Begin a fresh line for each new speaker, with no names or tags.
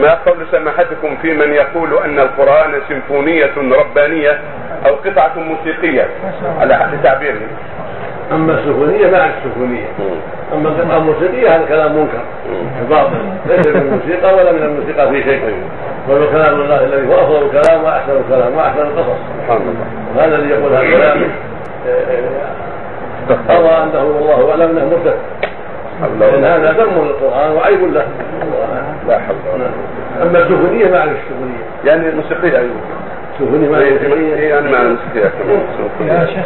ما قول سماحتكم في من يقول ان القران سيمفونيه ربانيه او قطعه موسيقيه على حد تعبيره
اما السفونيه ما عاد السفونيه اما القطعه الموسيقيه هذا كلام منكر باطل ليس من الموسيقى ولا من الموسيقى في شيء بل كلام الله الذي هو افضل الكلام واحسن الكلام واحسن القصص
سبحان الله
هذا الذي يقول هذا الكلام قضى انه والله اعلم انه مرتد لان هذا ذم للقران وعيب له
لا حول ولا قوه
اما السفونيه ما عاد السفونيه
يعني موسيقيه ايوه
السفونيه ما عاد السفونيه
إيه، انا مع الموسيقيه كمان
يا شيخ